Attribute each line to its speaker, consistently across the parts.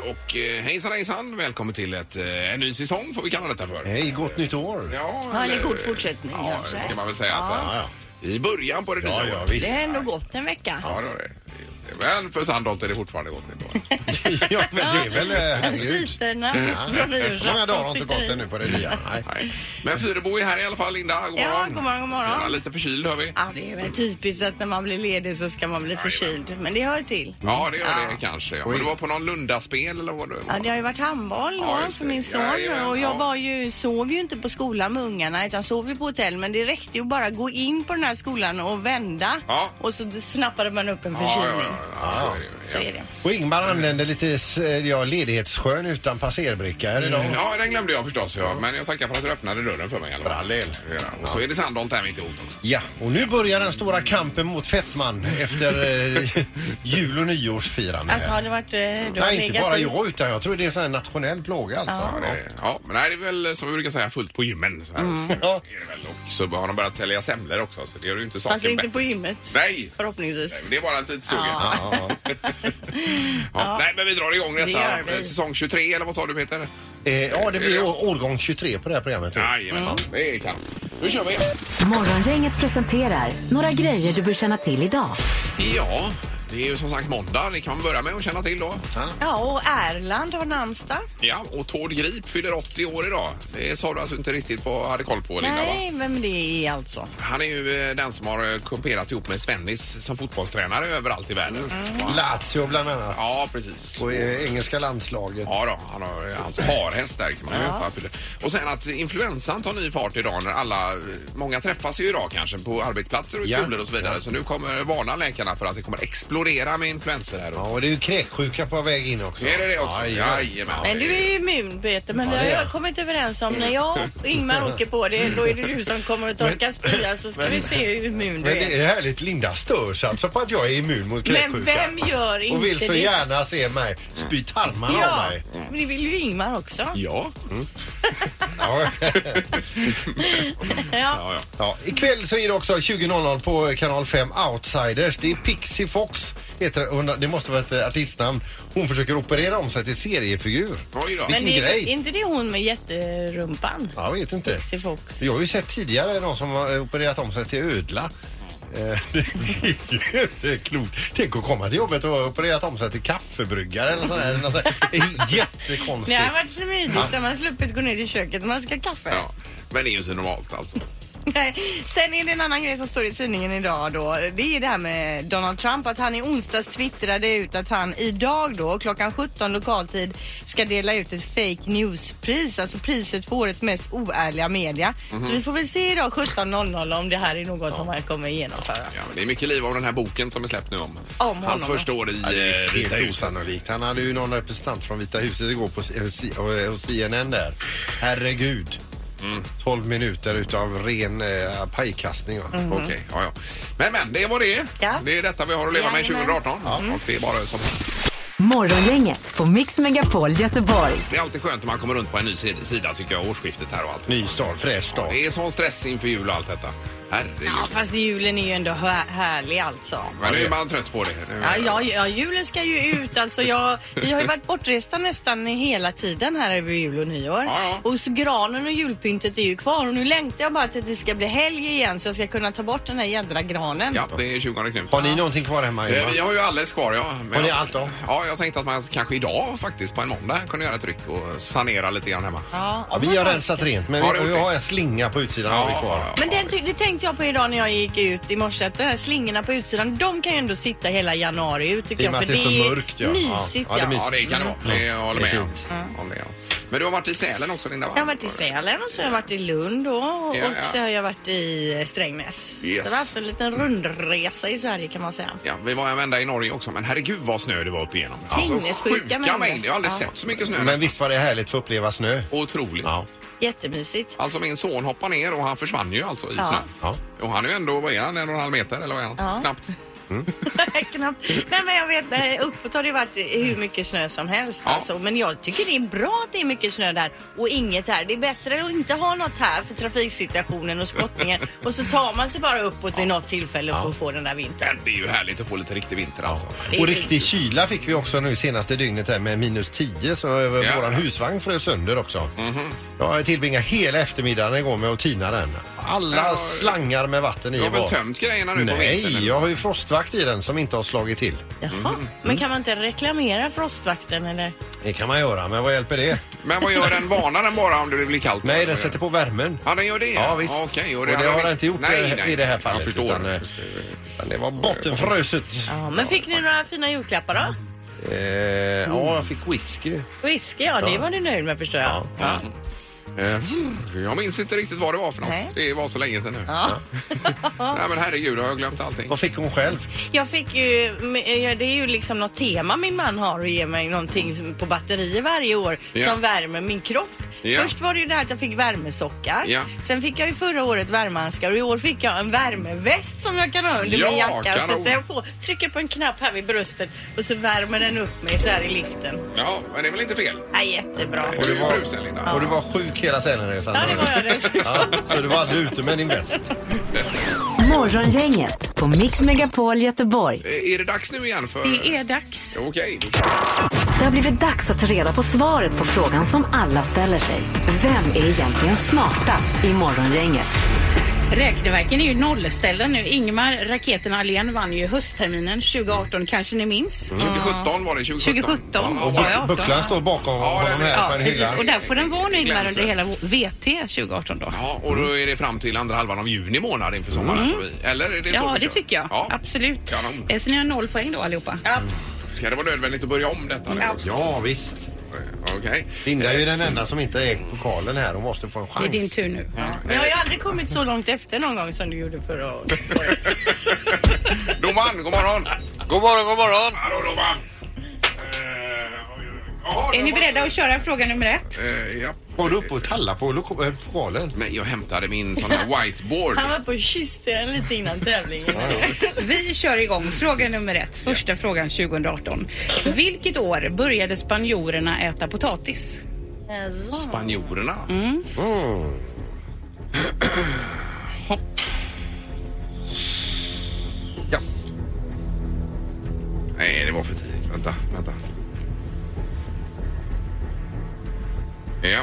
Speaker 1: Och eh, hejsan hejsan, välkommen till ett, eh, en ny säsong får vi kalla detta för.
Speaker 2: Hej, gott nytt år!
Speaker 1: Ja,
Speaker 3: Ja, eller god fortsättning
Speaker 1: Ja,
Speaker 3: kanske.
Speaker 1: ska man väl säga. Så här,
Speaker 2: Ja,
Speaker 1: I början på det nya
Speaker 2: ja, ja
Speaker 1: året.
Speaker 2: visst.
Speaker 3: Det har ändå gått en vecka.
Speaker 1: Ja, det var det. Just det. Men för Sandholt är det fortfarande gott nytt år.
Speaker 2: ja, men det är väl... eh, Herregud.
Speaker 3: Citerna
Speaker 2: Ja,
Speaker 1: Mm.
Speaker 3: från
Speaker 2: så många dagar har inte gått
Speaker 3: nyårsafton.
Speaker 2: ännu på det nya. Nej.
Speaker 1: Nej. Men Fyrebo är här i alla fall, Linda. God
Speaker 3: Ja,
Speaker 1: morgon.
Speaker 3: god morgon, god morgon.
Speaker 1: Ja, lite förkyld hör vi.
Speaker 3: Ja, det är väl typiskt att när man blir ledig så ska man bli förkyld. Men det hör ju till.
Speaker 1: Ja, det gör
Speaker 3: Ja.
Speaker 1: det kanske. Ja, men det var på någon Lundaspel eller vad det var.
Speaker 3: Ja, det har ju varit handboll
Speaker 1: Ja,
Speaker 3: ja,
Speaker 1: just
Speaker 3: för
Speaker 1: det.
Speaker 3: min son
Speaker 1: Jajamän,
Speaker 3: och jag
Speaker 1: ja.
Speaker 3: var ju, sov ju inte på skolan med ungarna utan sov ju på hotell men det räckte ju bara att gå in på den här skolan och vända
Speaker 1: Ja.
Speaker 3: och så snappade man upp en
Speaker 1: Ja, ja,
Speaker 3: förkylning.
Speaker 1: ja, ja,
Speaker 3: Så är det.
Speaker 2: Och Ingmar anlände lite s- eh, ja, ledighetssjön utan passerbricka här idag.
Speaker 1: Mm, Ja, den glömde jag förstås. Ja. Men jag tackar för att du öppnade dörren för mig. i alla fall.
Speaker 2: all del.
Speaker 1: Ja, och så är det Sandholt här mitt emot också.
Speaker 2: Ja, och nu börjar den stora kampen mot fettman efter eh, jul och nyårsfirande.
Speaker 3: Alltså
Speaker 2: här.
Speaker 3: har det varit... eh, Du har
Speaker 2: Nej, inte
Speaker 3: legat
Speaker 2: bara
Speaker 3: i-
Speaker 2: jag utan jag tror det är en sån här nationell plåga alltså.
Speaker 1: Ja, det är, ja, men det här är väl som vi brukar säga fullt på gymmen. Så, här.
Speaker 3: Mm.
Speaker 2: Ja.
Speaker 1: Är det väl. Och så har de börjat sälja semlor också, så det gör ju inte saken
Speaker 3: Fast inte
Speaker 1: bättre.
Speaker 3: på gymmet.
Speaker 1: Nej.
Speaker 3: Förhoppningsvis.
Speaker 1: Nej, men Det är bara en tidsfråga. Ja.
Speaker 3: Ja.
Speaker 2: Ja.
Speaker 1: Nej, men vi drar igång
Speaker 3: Det gör
Speaker 1: detta.
Speaker 3: vi.
Speaker 1: säsong 23, eller vad sa du Peter?
Speaker 2: Eh, ja, det blir å- årgång 23 på det här programmet. typ. tror jag.
Speaker 1: Jajamän, det kan. Nu kör vi.
Speaker 4: Morgongänget presenterar några grejer du bör känna till idag.
Speaker 1: Ja, det är ju som sagt måndag. Det kan man börja med att känna till då.
Speaker 3: Ja, och Erland har namnsdag.
Speaker 1: Ja, och Tord Grip fyller 80 år idag. Det sa du alltså inte riktigt vad hade koll på Linda va?
Speaker 3: Nej, vem det är alltså.
Speaker 1: Han är ju eh, den som har eh, kumperat ihop med Svennis som fotbollstränare överallt i världen.
Speaker 3: Mm.
Speaker 2: Lazio bland annat.
Speaker 1: Ja, precis.
Speaker 2: Och eh, engelska landslaget.
Speaker 1: Ja då, han har eh, hans parhäst där kan man säga. Så han fyller- Och sen att influensan tar ny fart idag när alla, många träffas ju idag kanske på arbetsplatser och i
Speaker 2: Ja.
Speaker 1: skolor och så vidare. Så nu kommer varna läkarna för att det kommer explodera med influensor här.
Speaker 2: Ja,
Speaker 1: då.
Speaker 2: och det är ju kräksjuka på väg in också.
Speaker 1: Är det det också?
Speaker 2: Aj, aj.
Speaker 1: Jajamän.
Speaker 3: Men du är ju immun Peter, men
Speaker 2: Ja,
Speaker 3: det har
Speaker 2: det är
Speaker 3: jag
Speaker 2: jag.
Speaker 3: kommit överens om. När jag och Ingmar åker på det, då är det du som kommer att torka spya så ska vi se hur immun du
Speaker 2: Men det
Speaker 3: är.
Speaker 2: är härligt, Linda störs alltså på att jag är immun mot kräksjuka.
Speaker 3: Men vem gör inte
Speaker 2: Och vill så
Speaker 3: det?
Speaker 2: gärna se mig spy tarmarna
Speaker 3: Ja,
Speaker 2: av mig.
Speaker 3: men det vill ju Ingmar också.
Speaker 1: Ja.
Speaker 2: Ja.
Speaker 3: Ja.
Speaker 1: ja, ja.
Speaker 2: Ja, ikväll så är det också 20.00 på kanal 5 Outsiders. Det är Pixie Fox heter det. Hon- Det måste vara ett eh, artistnamn. Hon försöker operera om sig till seriefigur.
Speaker 1: Oj då.
Speaker 2: Vilken
Speaker 3: Men det är,
Speaker 2: grej.
Speaker 3: är inte det hon med jätterumpan?
Speaker 2: Jag vet inte.
Speaker 3: Pixie Fox.
Speaker 2: Jag har ju sett tidigare de som har eh, opererat om sig till ödla. Eh, Det är ju inte klokt. Tänk att komma till jobbet och ha opererat om sig till kaffebryggare eller sådär. Eller något sånt där. Det är
Speaker 3: Det
Speaker 2: jättekonstigt.
Speaker 3: har varit smidigt så man har sluppit gå ner i köket när man ska ha kaffe.
Speaker 1: Ja. Men det är ju inte normalt alltså.
Speaker 3: Nej. Sen är det en annan grej som står i tidningen idag då. Det är det här med Donald Trump att han i onsdags twittrade ut att han idag då klockan 17 lokaltid ska dela ut ett fake news-pris, alltså priset för årets mest oärliga media. Så vi får väl se idag 17.00 om det här är något som han kommer genomföra.
Speaker 1: Ja, men det är mycket liv av den här boken som är släppt nu om,
Speaker 3: honom,
Speaker 1: hans
Speaker 3: ja.
Speaker 1: första år i
Speaker 2: Ja, det
Speaker 1: eh,
Speaker 2: är
Speaker 1: Vita
Speaker 2: helt
Speaker 1: huset.
Speaker 2: osannolikt. Han hade ju någon representant från Vita huset igår på C- eh, C- eh, hos CNN där. Herregud.
Speaker 1: Mm.
Speaker 2: 12 minuter utav ren eh, pajkastning. va?
Speaker 1: Okej, ja, ja. Men, men, det var det.
Speaker 3: Ja.
Speaker 1: Det är detta vi har att leva med
Speaker 3: Jajamän.
Speaker 1: 2018. Och det är bara som...
Speaker 4: Morgongänget på Mix Megapol Göteborg.
Speaker 1: Det är alltid skönt när man kommer runt på en ny sid- sida tycker jag, årsskiftet här och allt.
Speaker 2: Ny start, fräsch start.
Speaker 1: Det är sån stress inför jul och allt detta. Herregud.
Speaker 3: Ja, fast julen är ju ändå hä- härlig alltså.
Speaker 1: Men nu är man trött på det. Nu-
Speaker 3: Ja, ja, ja, julen ska ju ut. Alltså jag, vi har ju varit bortresta nästan hela tiden här över jul och nyår.
Speaker 1: Ja, ja.
Speaker 3: Och så granen och julpyntet är ju kvar och nu längtar jag bara till att det ska bli helg igen så jag ska kunna ta bort den här jädra granen.
Speaker 1: Ja, det är 20 knut.
Speaker 2: Har ni någonting kvar hemma?
Speaker 1: Eh,
Speaker 2: Ingmar?
Speaker 1: Vi har ju alldeles kvar, ja. Men
Speaker 2: Har ni
Speaker 1: jag-
Speaker 2: allt då?
Speaker 1: Ja, jag tänkte att man kanske idag faktiskt, på en måndag, kunde göra ett ryck och sanera lite grann hemma.
Speaker 3: Ja,
Speaker 2: Ja,
Speaker 3: om
Speaker 2: vi
Speaker 3: man
Speaker 2: har
Speaker 3: har-
Speaker 2: rensat rent, men
Speaker 1: Ja,
Speaker 2: vi,
Speaker 1: det har
Speaker 2: vi
Speaker 1: vi.
Speaker 2: har en slinga på utsidan har vi kvar.
Speaker 3: Men den, ty- det tänkte jag på idag när jag gick ut i morse att de här slingorna på utsidan de kan ju ändå sitta hela januari ut tycker
Speaker 2: I och
Speaker 3: jag.
Speaker 2: med
Speaker 3: För
Speaker 2: att det är så mörkt, ja.
Speaker 3: mysigt
Speaker 2: Ja, det är
Speaker 3: ja.
Speaker 2: mysigt.
Speaker 1: Ja, det kan det vara. Det jag håller
Speaker 2: det är
Speaker 1: med om. Håller med om. Men du har varit i Sälen också, Linda? va?
Speaker 3: Jag har varit i Sälen och så har jag varit i Lund då, och
Speaker 1: Ja, ja.
Speaker 3: så har jag varit i Strängnäs.
Speaker 1: Yes.
Speaker 3: Så jag har haft en liten rundresa i Sverige kan man säga.
Speaker 1: Ja, vi var en vända i Norge också, men herregud vad snö det var upp igenom. Alltså,
Speaker 3: Sinnessjuka
Speaker 1: sjuka
Speaker 3: mängder.
Speaker 1: mängder. Jag har aldrig
Speaker 3: Ja.
Speaker 1: sett så mycket snö.
Speaker 2: Men
Speaker 1: nästan.
Speaker 2: visst var det härligt för att uppleva snö?
Speaker 1: Otroligt.
Speaker 2: Ja.
Speaker 3: Jättemysigt.
Speaker 1: Alltså min son hoppade ner och han försvann ju alltså i
Speaker 3: Ja.
Speaker 1: snön.
Speaker 2: Ja.
Speaker 1: Och han är ju ändå, vad är han, en och en halv meter eller vad är han?
Speaker 3: Ja.
Speaker 1: Knappt.
Speaker 3: Knappt. Nej men jag vet, nej, uppåt har det varit hur mycket snö som helst.
Speaker 1: Ja.
Speaker 3: Alltså. Men jag tycker det är bra att det är mycket snö där och inget här. Det är bättre att inte ha något här för trafiksituationen och skottningen. och så tar man sig bara uppåt vid något tillfälle för att få den där vintern.
Speaker 1: Men det är ju härligt att få lite riktig vinter alltså.
Speaker 3: Det är
Speaker 2: Och
Speaker 3: fint.
Speaker 2: riktig kyla fick vi också nu senaste dygnet här med minus 10 så eh,
Speaker 1: Ja. Mhm.
Speaker 2: våran husvagn frös sönder också. Jag tillbringade hela eftermiddagen igår med att tina den. Alla
Speaker 1: Ja.
Speaker 2: slangar med vatten i
Speaker 1: Du har väl
Speaker 2: var-
Speaker 1: tömt grejerna nu på vintern?
Speaker 2: Nej,
Speaker 1: eller?
Speaker 2: jag har ju frostvakt i den som inte har slagit till.
Speaker 3: Jaha. Mm. Men kan man inte reklamera Frostvakten eller?
Speaker 2: Det kan man göra, men vad hjälper det?
Speaker 1: Men vad gör den? Varnar den bara om det blir kallt?
Speaker 2: Nej, den sätter på värmen.
Speaker 1: Ja, den gör det?
Speaker 2: Ja, visst.
Speaker 1: Okej,
Speaker 2: och
Speaker 1: och
Speaker 2: det,
Speaker 1: det hade
Speaker 2: har
Speaker 1: vi-
Speaker 2: den inte gjort
Speaker 1: Nej,
Speaker 2: i-
Speaker 1: nej.
Speaker 2: i det här fallet.
Speaker 1: Jag förstår.
Speaker 2: Utan, eh, utan det var bottenfröset.
Speaker 3: Ja, men fick ni några fina julklappar då?
Speaker 2: Eh, ja, jag fick whisky.
Speaker 3: Whisky, ja det var du nöjd med förstår jag. Ja.
Speaker 1: Eh, Jag minns inte riktigt vad det var för något.
Speaker 3: Nej.
Speaker 1: Det var så länge sedan nu. Nej men herregud, har jag glömt allting?
Speaker 2: Vad fick hon själv?
Speaker 3: Jag fick ju, men, ja, det är ju liksom något tema min man har att ge mig någonting som- på batterier varje år
Speaker 1: Ja.
Speaker 3: som värmer min kropp.
Speaker 1: Ja.
Speaker 3: Först var det ju det här att jag fick värmesockar.
Speaker 1: Ja.
Speaker 3: Sen fick jag ju förra året värmehandskar och i år fick jag en värmeväst som jag kan ha under
Speaker 1: Ja,
Speaker 3: min jacka.
Speaker 1: kanon.
Speaker 3: Så att jag på, trycker på en knapp här vid bröstet och så värmer den upp mig så här i liften.
Speaker 1: Ja, men det är väl inte fel?
Speaker 3: Ja, jättebra.
Speaker 1: Och du var frusen, Linda.
Speaker 2: Och du var sjuk hela Sälenresan?
Speaker 3: Ja, det var jag det.
Speaker 2: Ja, så du var aldrig ute med din väst?
Speaker 4: Morgongänget på Mix Megapol Göteborg.
Speaker 1: Eh, Är det dags nu igen för...
Speaker 5: Det är dags.
Speaker 1: Okej, då kör vi.
Speaker 4: Det har blivit dags att ta reda på svaret på frågan som alla ställer sig. Vem är egentligen smartast i Morgongänget?
Speaker 5: Räkneverken är ju nollställda nu. Ingmar Raketen Allén vann ju höstterminen 2018, kanske ni minns?
Speaker 1: 2017 var det. 2017,
Speaker 5: 2017,
Speaker 1: Ja,
Speaker 5: sa
Speaker 1: ja.
Speaker 5: jag.
Speaker 2: Bucklan står bakom
Speaker 1: Ja,
Speaker 2: honom
Speaker 1: den-
Speaker 2: här på
Speaker 5: Ja,
Speaker 2: en
Speaker 5: precis.
Speaker 2: hylla.
Speaker 5: Och där får den vara nu Ingmar
Speaker 1: Glänser.
Speaker 5: under hela vår- VT 2018 då.
Speaker 1: Ja, och då är det fram till andra halvan av juni månad inför sommaren. som vi- Eller är det så
Speaker 5: Mm. Ja,
Speaker 1: vi
Speaker 5: det
Speaker 1: kör?
Speaker 5: tycker jag.
Speaker 1: Ja.
Speaker 5: Absolut.
Speaker 1: Kanon. Mm.
Speaker 5: Eh, Så ni har noll poäng då allihopa?
Speaker 1: Ska det vara nödvändigt att börja om detta? nu också?
Speaker 2: Ja, visst.
Speaker 1: Eh, Okej.
Speaker 2: Linda är ju den enda som inte är pokalen här. Hon måste få en
Speaker 5: Det är
Speaker 2: chans.
Speaker 5: din tur nu.
Speaker 3: Jag har ju aldrig kommit så långt efter någon gång som du gjorde förra året.
Speaker 1: Domaren, god morgon!
Speaker 6: God morgon, god morgon!
Speaker 1: Hallå domaren! Eh,
Speaker 5: Är ni beredda att köra fråga nummer ett?
Speaker 1: ja.
Speaker 2: Var du uppe och tallade på loko- eh, pokalen?
Speaker 1: Nej, jag hämtade min sån här whiteboard.
Speaker 3: Han var på och kysste den lite innan tävlingen.
Speaker 5: Vi kör igång. Fråga nummer ett. Första frågan 2018. Vilket år började spanjorerna äta potatis?
Speaker 1: Spanjorerna.
Speaker 5: Mm.
Speaker 2: Mm. Ja.
Speaker 1: Nej, det var för tidigt. Vänta, vänta. Ja.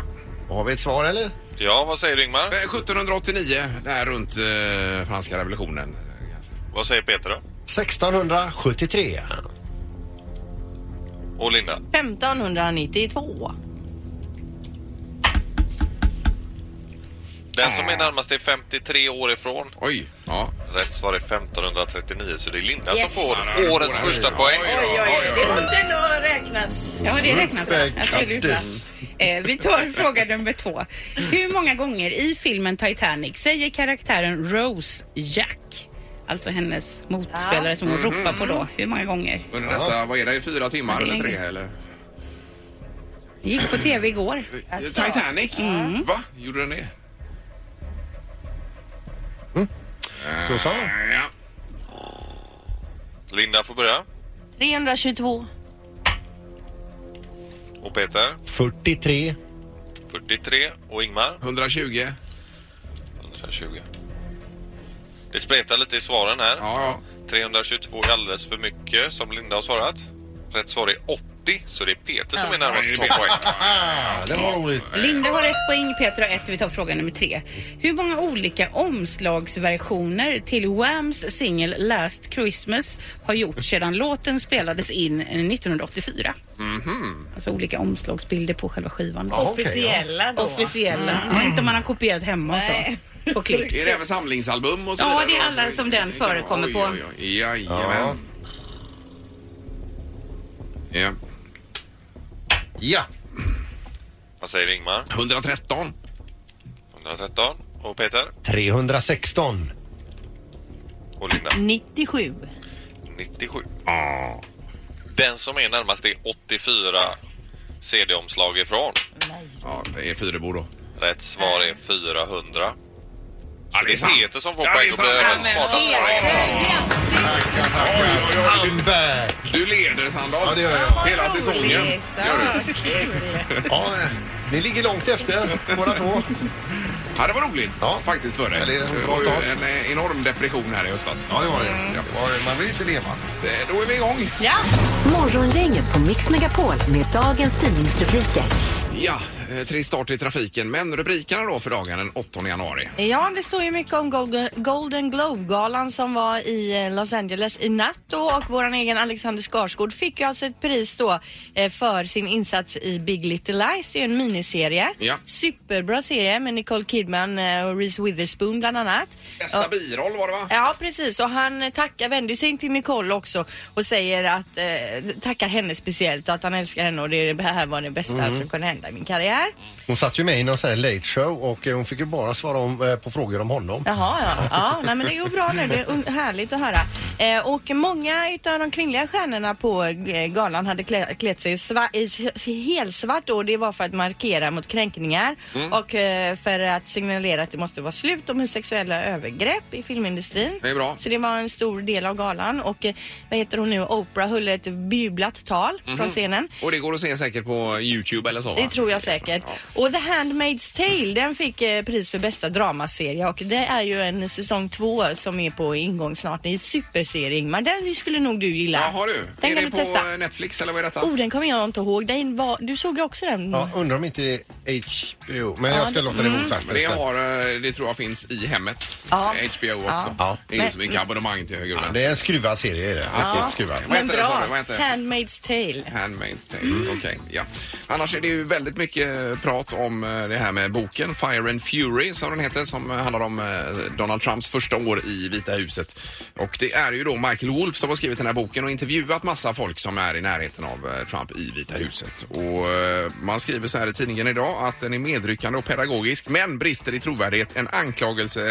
Speaker 2: Har vi ett svar eller?
Speaker 6: Ja, vad säger Ingmar?
Speaker 1: Eh, 1789, där runt eh, franska revolutionen. Eh, kanske.
Speaker 6: Vad säger Peter då?
Speaker 2: 1673.
Speaker 6: Och Linda?
Speaker 3: 1592.
Speaker 6: Den
Speaker 1: Eh.
Speaker 6: som är närmast är 53 år ifrån.
Speaker 1: Oj! Ja.
Speaker 6: Rätt svar är 1539, så det är Linda
Speaker 3: Yes.
Speaker 6: som får
Speaker 1: det
Speaker 6: årets
Speaker 1: får den.
Speaker 6: första poäng.
Speaker 1: Oj,
Speaker 3: Oj, oj, oj. Det måste ändå räknas.
Speaker 5: Ja, det räknas.
Speaker 2: Perfekt.
Speaker 5: Absolut.
Speaker 2: Grattis.
Speaker 5: Eh, vi tar fråga nummer två. Hur många gånger i filmen Titanic säger karaktären Rose Jack? Alltså hennes motspelare som hon ropar på då. Hur många gånger?
Speaker 1: Under dessa, vad är det, fyra timmar
Speaker 5: Ja, det är
Speaker 1: eller tre?
Speaker 5: en-
Speaker 1: Eller?
Speaker 5: Det gick på tv igår.
Speaker 3: Alltså.
Speaker 1: Titanic?
Speaker 5: Mm.
Speaker 1: Va? Gjorde den det?
Speaker 2: Då sa hon.
Speaker 1: Ja.
Speaker 6: Linda får börja.
Speaker 3: 322.
Speaker 6: Och Peter?
Speaker 2: 43.
Speaker 6: 43. Och Ingmar?
Speaker 1: 120?
Speaker 6: 120. Det spretar lite i svaren här.
Speaker 1: Ja, ja.
Speaker 6: 322 är alldeles för mycket som Linda har svarat. Rätt svar är 80, så det är Peter som är närmast att ta poäng.
Speaker 2: Ah, det var roligt.
Speaker 5: Linda har ett poäng, Peter har ett. Vi tar fråga nummer tre. Hur många olika omslagsversioner till Whams singel Last Christmas har gjorts sedan låten spelades in 1984?
Speaker 1: Mhm.
Speaker 5: Alltså olika omslagsbilder på själva skivan.
Speaker 2: Ja, okej,
Speaker 3: Officiella då.
Speaker 5: Officiella. Ja, inte om man har kopierat hemma och
Speaker 3: Nej.
Speaker 5: så. På klipp.
Speaker 1: Är Mm. det även samlingsalbum och så
Speaker 5: Ja,
Speaker 1: vidare?
Speaker 5: det är alla
Speaker 1: Och så-
Speaker 5: som den förekommer
Speaker 1: oj,
Speaker 5: på.
Speaker 1: Oj, oj. Jajamän. Ja.
Speaker 2: Ja.
Speaker 6: Vad säger Ingmar?
Speaker 1: 113.
Speaker 6: 113. Och Peter?
Speaker 2: 316.
Speaker 6: Och Linda?
Speaker 3: 97.
Speaker 6: 97. Den som är närmast är 84 CD-omslag ifrån.
Speaker 1: Ja, det är Fyrebo då.
Speaker 6: Rätt svar är 400.
Speaker 1: Ja,
Speaker 6: Det är Peter som får
Speaker 1: Ja, det
Speaker 6: poäng
Speaker 1: är
Speaker 6: och
Speaker 1: sant.
Speaker 6: blir
Speaker 1: Ja,
Speaker 6: även smartast på det.
Speaker 2: tackar, tackar.
Speaker 1: Oj, oj, oj.
Speaker 2: I'm back.
Speaker 1: Du leder Sandholt.
Speaker 2: Ja, det gör jag.
Speaker 1: Hela säsongen.
Speaker 3: roligt.
Speaker 1: Gör du.
Speaker 3: Ja, kul.
Speaker 2: Ja, ni ligger långt efter båda två.
Speaker 1: Ja, det var roligt
Speaker 2: Ja.
Speaker 1: faktiskt för dig.
Speaker 2: Ja, det är en
Speaker 1: Det
Speaker 2: bra
Speaker 1: var ju
Speaker 2: start.
Speaker 1: en eh, enorm depression här i höstas.
Speaker 2: Ja, det var det. Det var det. Man vill inte leva.
Speaker 1: Eh, Då är vi igång.
Speaker 3: Ja,
Speaker 4: Morgongänget på Mix Megapol med dagens tidningsrubriker.
Speaker 1: Ja, eh, trist start i trafiken. Men rubrikerna då för dagen den 8 januari.
Speaker 3: Ja, det står ju mycket om Golden- Golden Globe-galan som var i eh, Los Angeles i natt då, och vår egen Alexander Skarsgård fick ju alltså ett pris då eh, för sin insats i Big Little Lies. Det är ju en miniserie.
Speaker 1: Ja.
Speaker 3: Superbra serie med Nicole Kidman eh, och Reese Witherspoon bland annat.
Speaker 1: Bästa biroll var det va?
Speaker 3: Ja, precis. Och han tackar, vänder sig till Nicole också och säger att, eh, tackar henne speciellt och att han älskar henne och det, det här var det bästa
Speaker 1: Mm.
Speaker 3: som kunde hända i min karriär.
Speaker 2: Hon satt ju med i någon sån här late show och eh, hon fick ju bara svara om, eh, på frågor om honom.
Speaker 3: Jaha, ja. ja nej, men det går bra nu. Det är un- härligt att höra. Eh, och många utav de kvinnliga stjärnorna på eh, galan hade klä- klätt sig i, sva- i s- helsvart då. Det var för att markera mot kränkningar
Speaker 1: Mm.
Speaker 3: och eh, för att signalera att det måste vara slut om sexuella övergrepp i filmindustrin.
Speaker 1: Det är bra.
Speaker 3: Så det var en stor del av galan. Och eh, vad heter hon nu? Oprah höll ett bejublat tal
Speaker 1: Mhm.
Speaker 3: från scenen.
Speaker 1: Och det går att se säkert på Youtube eller så va?
Speaker 3: Det tror jag säkert. Och The Handmaid's Tale, den fick eh, pris för bästa dramaserie och det är ju en säsong två som är på ingång snart. Det är en superserie Ingmar. Den skulle nog du gilla.
Speaker 1: Ja, har du.
Speaker 3: Den
Speaker 1: är
Speaker 3: kan
Speaker 1: det
Speaker 3: du
Speaker 1: på
Speaker 3: testa.
Speaker 1: eh, Netflix eller vad är detta?
Speaker 3: Oh, den kommer jag inte ihåg. Den var, du såg ju också den.
Speaker 2: Ja, undrar om inte det är HBO. Men jag ska låta det vara osagt.
Speaker 1: Men Mm. det, har, eh, det tror jag finns i hemmet. Eh,
Speaker 3: Ja.
Speaker 1: HBO också.
Speaker 2: Ja.
Speaker 1: Det är ju
Speaker 3: Men-
Speaker 1: som ett abonnemang till höger och
Speaker 2: Ja,
Speaker 1: vänster.
Speaker 2: det är en skruvad serie är det. Alltså, skruvad.
Speaker 1: Vad heter det, sa du? Vad heter det?
Speaker 3: Handmaid's Tale.
Speaker 1: Handmaid's Tale. Okej, ja. Annars är det ju väldigt mycket prat om eh, det här med boken Fire and Fury som den heter som eh, handlar om eh, Donald Trumps första år i Vita huset. Och det är ju då Michael Wolff som har skrivit den här boken och intervjuat massa folk som är i närheten av eh, Trump i Vita huset. Och eh, man skriver så här i tidningen idag att den är medryckande och pedagogisk men brister i trovärdighet. En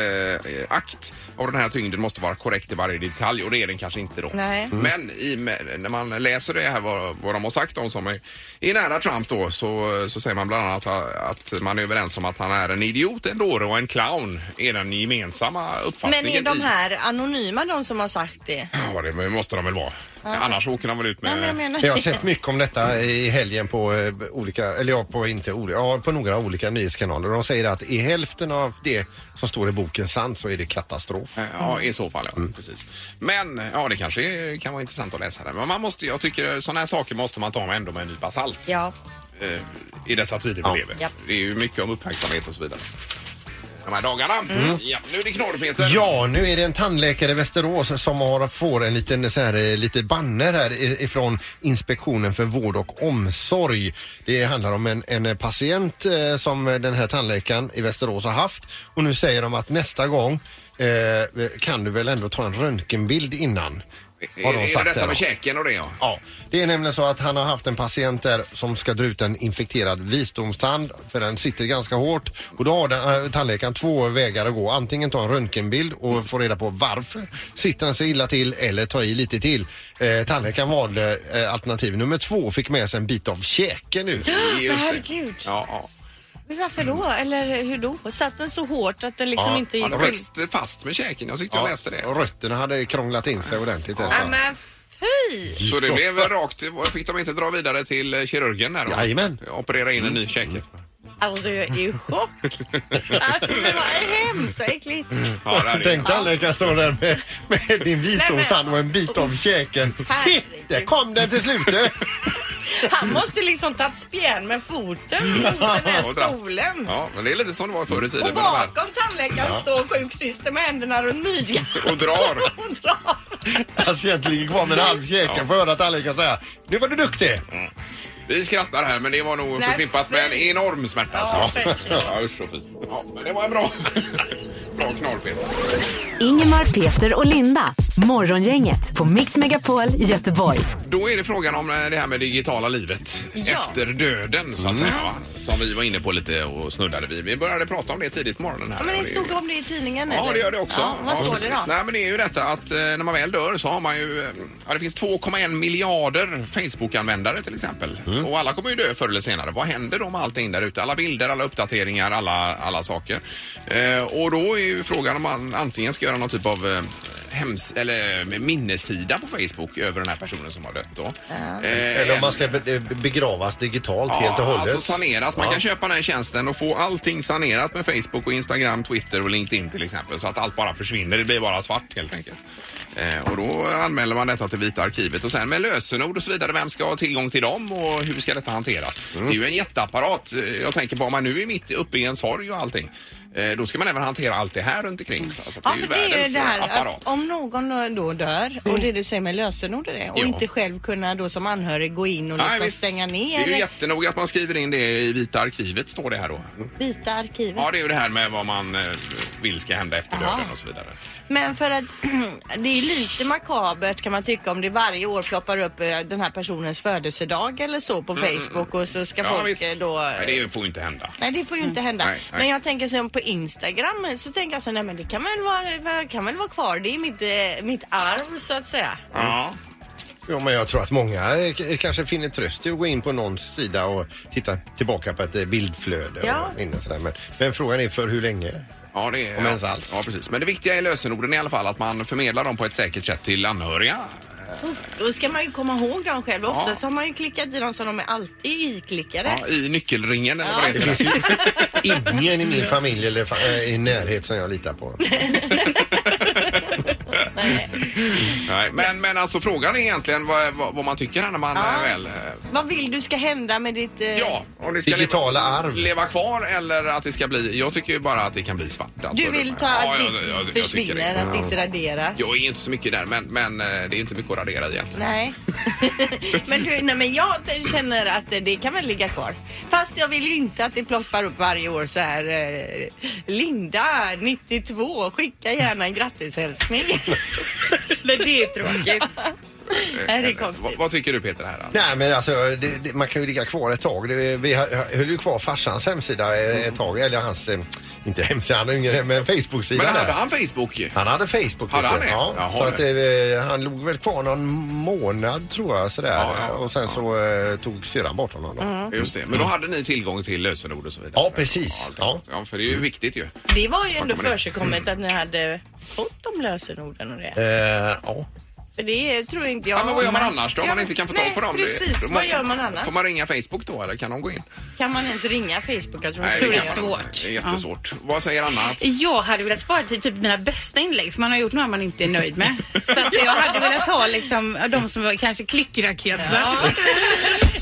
Speaker 1: anklagelseakt av den här tyngden måste vara korrekt i varje detalj och det är den kanske inte då.
Speaker 3: Nej. Mm.
Speaker 1: Men i, med- när man läser det här vad, vad de har sagt om som är, är nära Trump då så, så säger man bland annat att, att man är överens om att han är en idiot, en dåre och en clown är den gemensamma
Speaker 3: Men
Speaker 1: uppfattningen.
Speaker 3: är de
Speaker 1: i-
Speaker 3: här anonyma de som har sagt det?
Speaker 1: Ja, det måste de väl vara. Annars åker de väl ut
Speaker 3: Nej,
Speaker 1: med...
Speaker 3: men jag menar...
Speaker 2: Jag har sett mycket om detta i helgen på eh, olika, eller ja, på inte olika, ja, på några olika nyhetskanaler. De säger att i hälften av det som står i boken sant så är det katastrof.
Speaker 1: Ja, i så fall. Ja, precis. Men ja, det kanske är, kan vara intressant att läsa det. Men man måste, jag tycker sådana här saker måste man ta med ändå med en nypa salt
Speaker 3: Ja.
Speaker 1: eh, i dessa tider vi
Speaker 2: Ja.
Speaker 1: lever.
Speaker 3: Ja.
Speaker 1: Det är ju mycket om uppmärksamhet och så vidare. De här dagarna. Ja, nu är det knorr, Peter.
Speaker 2: Ja, nu är det en tandläkare i Västerås som har, får en liten så här, eh, lite banner här i- ifrån Inspektionen för vård och omsorg. Det handlar om en, en patient eh, som den här tandläkaren i Västerås har haft och nu säger de att nästa gång eh, kan du väl ändå ta en röntgenbild innan.
Speaker 1: Är, är det
Speaker 2: här
Speaker 1: detta
Speaker 2: då.
Speaker 1: med käken och det? Ja.
Speaker 2: Ja, det är nämligen så att han har haft en patient där som ska dra ut en infekterad visdomstand för den sitter ganska hårt och då har den, eh, tandläkaren två vägar att gå. Antingen ta en röntgenbild och få reda på varför sitter den så illa till eller ta i lite till. Eh, tandläkaren valde eh, alternativ nummer två och fick med sig en bit av käken ut.
Speaker 1: Just det.
Speaker 3: herregud.
Speaker 1: Ja, ja.
Speaker 3: Men varför då? Eller hur då? Satt den så hårt att den liksom
Speaker 2: Ja,
Speaker 3: inte
Speaker 1: Han
Speaker 3: gick...
Speaker 1: har växt fast med käken. Jag tyckte jag läste det.
Speaker 2: och Rötterna hade krånglat in sig ordentligt. alltså.
Speaker 3: Ja, men fy!
Speaker 1: Så det blev rakt. Fick de inte dra vidare till eh, kirurgen där? då?
Speaker 2: Jajamän.
Speaker 1: Operera in en ny käke.
Speaker 3: Alltså jag är i chock. Alltså men vad hemskt och äckligt.
Speaker 1: Ja, där är det.
Speaker 2: Tänk tandläkaren står där med, med din visdomstand och en bit av käken. Se, där kom den till slut. du.
Speaker 3: Han måste liksom tagit spjärn med foten mot den här
Speaker 1: Och dratt.
Speaker 3: stolen.
Speaker 1: Ja, men det är lite som det var förr i tiden.
Speaker 3: Och
Speaker 1: med de här-
Speaker 3: bakom tandläkaren står sjuksyster med händerna runt midjan
Speaker 1: och drar.
Speaker 3: och drar.
Speaker 2: Patienten ligger kvar med en halv käke. Får höra tandläkaren säga nu var du duktig.
Speaker 1: Vi skrattar här, men det var nog
Speaker 3: Nej,
Speaker 1: förknippat med en
Speaker 3: fy.
Speaker 1: enorm smärta.
Speaker 3: Ja,
Speaker 1: alltså. ja usch och fy. Ja, men det var en bra, bra knorr, Peter.
Speaker 4: Ingemar, Peter och Linda. Morgongänget på Mix Megapol Göteborg.
Speaker 1: Då är det frågan om eh, det här med digitala livet efter döden,
Speaker 3: Mm.
Speaker 1: så att säga. va? Som vi var inne på lite och snuddade vid. Vi började prata om det tidigt på morgonen. Här.
Speaker 3: Ja, men
Speaker 1: Och
Speaker 3: det
Speaker 1: det är
Speaker 3: stod
Speaker 1: ju-
Speaker 3: om det i tidningen
Speaker 1: Ja,
Speaker 3: eller?
Speaker 1: det gör det också.
Speaker 3: Ja, vad
Speaker 1: Ja,
Speaker 3: står det
Speaker 1: precis.
Speaker 3: då?
Speaker 1: Nej, men det är ju detta att eh, när man väl dör så har man ju... eh, Ja, det finns 2,1 miljarder Facebook-användare till exempel.
Speaker 2: Mm.
Speaker 1: Och alla kommer ju dö förr eller senare. Vad händer då med allting där ute? Alla bilder, alla uppdateringar, alla, alla saker. Eh, och då är ju frågan om man antingen ska göra någon typ av eh, hems eller minnessida på Facebook över den här personen som har dött då. Eh,
Speaker 2: Eller om man ska be- begravas digitalt helt och hållet.
Speaker 1: Alltså saneras. Man
Speaker 2: Ja.
Speaker 1: kan köpa den här tjänsten och få allting sanerat med Facebook och Instagram, Twitter och LinkedIn till exempel. Så att allt bara försvinner. Det blir bara svart helt enkelt. Eh, och då anmäler man detta till Vita arkivet och sen med lösenord och så vidare. Vem ska ha tillgång till dem och hur ska detta hanteras?
Speaker 2: Mm.
Speaker 1: Det är ju en jätteapparat. Eh, Jag tänker på om man nu är mitt uppe i en sorg och allting. eh, Då ska man även hantera allt det här runt omkring. Så att
Speaker 3: Ja,
Speaker 1: ju
Speaker 3: för det är
Speaker 1: världens,
Speaker 3: ju det här
Speaker 1: eh, apparat.
Speaker 3: att om någon då- då dör och det du säger med lösenord är det och
Speaker 1: Ja.
Speaker 3: inte själv kunna då som anhörig gå in och
Speaker 1: Nej,
Speaker 3: liksom
Speaker 1: visst.
Speaker 3: stänga
Speaker 1: Det är ju
Speaker 3: ner
Speaker 1: jättenoga att man skriver in det i Vita arkivet, står det här då.
Speaker 2: Mm.
Speaker 3: Vita arkivet.
Speaker 1: Ja, det är ju det här med vad man eh, vill ska hända efter
Speaker 3: Jaha.
Speaker 1: döden och så vidare.
Speaker 3: Men för att det är lite makabert kan man tycka om det varje år ploppar upp eh, den här personens födelsedag eller så på Facebook och så ska
Speaker 1: Mm, Ja,
Speaker 3: folk
Speaker 1: visst.
Speaker 3: eh, då...
Speaker 1: Nej, det får ju inte hända.
Speaker 3: Nej, det får ju inte hända.
Speaker 1: Nej, nej.
Speaker 3: Men jag tänker som på Instagram så tänker jag så här, nej men det kan väl vara, kan väl vara kvar. Det är mitt, eh, mitt arv så att säga.
Speaker 1: Ja.
Speaker 2: Ja, men jag tror att många eh, k- kanske finner tröst i att gå in på någons sida och titta tillbaka på ett eh, bildflöde.
Speaker 3: Ja.
Speaker 2: Och inne sådär. Men, men frågan är för hur länge?
Speaker 1: Ja, det är,
Speaker 2: Om ens alls.
Speaker 1: Ja, precis. Men det viktiga är lösenorden i alla fall, att man förmedlar dem på ett säkert sätt till anhöriga.
Speaker 3: Då ska man ju komma ihåg dem själv.
Speaker 1: Ja.
Speaker 3: Oftast har man ju klickat i dem som de är alltid iklickade.
Speaker 1: Ja, I nyckelringen eller vad det
Speaker 2: Det
Speaker 1: heter.
Speaker 2: finns ju ingen i min familj eller fa- eh, i närhet som jag litar på.
Speaker 1: Nej, men, men alltså frågan är egentligen vad, vad, vad man tycker här när man
Speaker 3: Ja.
Speaker 1: eh, väl... eh,
Speaker 3: Vad vill du ska hända med ditt... eh,
Speaker 1: Ja, om det ska
Speaker 2: Digitala
Speaker 1: leva,
Speaker 2: arv.
Speaker 1: leva kvar eller att det ska bli... Jag tycker ju bara att det kan bli svart. Alltså,
Speaker 3: Du vill ta
Speaker 1: Ja,
Speaker 3: att
Speaker 1: jag-
Speaker 3: ditt
Speaker 1: jag- jag tycker
Speaker 3: försvinner,
Speaker 1: det.
Speaker 3: att ditt raderas.
Speaker 1: Jag är inte så mycket där, men, men eh, det är ju inte mycket att radera egentligen.
Speaker 3: Nej. men du, nej men jag t- känner att eh, det kan väl ligga kvar. Fast jag vill ju inte att det ploppar upp varje år så här eh, Linda 92 skicka gärna en grattishälsning.
Speaker 5: Men det är tråkigt.
Speaker 3: nej, det är
Speaker 1: typ- Vad,
Speaker 3: konstigt.
Speaker 1: vad tycker du Peter här? Alltså?
Speaker 2: Nej men alltså det, det, man kan ju ligga kvar ett tag. Det, vi har- höll ju kvar farsans hemsida eh, ett tag. Eller hans, eh, inte hemsida, han har ju ingen hem, men Facebook-sida.
Speaker 1: Men hade
Speaker 2: där.
Speaker 1: han Facebook?
Speaker 2: Han hade Facebook.
Speaker 1: Hade
Speaker 2: vet
Speaker 1: han
Speaker 2: du.
Speaker 1: det?
Speaker 2: Ja,
Speaker 1: Jaha,
Speaker 2: så att, eh, han låg väl kvar någon månad tror jag sådär.
Speaker 1: Ja, ja,
Speaker 2: och sen så eh, tog syrran bort honom. Då.
Speaker 1: Just det. Men då hade ni tillgång till lösenord och så vidare?
Speaker 2: Ja, precis.
Speaker 1: Ja,
Speaker 2: Ja. Mm.
Speaker 1: ja för det är ju viktigt ju.
Speaker 7: Det var ju ändå
Speaker 1: kommer det?
Speaker 7: försigkommet att ni hade fått de lösenorden och det.
Speaker 2: Eh, ja.
Speaker 3: För det tror inte jag.
Speaker 1: Ja, men vad gör man
Speaker 3: Nej.
Speaker 1: annars då om
Speaker 3: Ja,
Speaker 1: man inte kan få
Speaker 3: nej,
Speaker 1: tag på dem? Det-
Speaker 3: Precis,
Speaker 1: då må-
Speaker 3: vad gör man annars?
Speaker 1: Får man ringa Facebook då eller kan de gå in?
Speaker 3: Kan man ens ringa Facebook? Jag tror
Speaker 1: Nej,
Speaker 3: inte
Speaker 5: det
Speaker 3: det.
Speaker 5: kan
Speaker 1: man
Speaker 5: svårt.
Speaker 1: inte. Det är jättesvårt. Vad säger Anna? Att-
Speaker 5: Jag hade velat spara till typ mina bästa inlägg för man har gjort några man inte är nöjd med. Så att jag hade velat ha liksom de som var kanske klickraketer.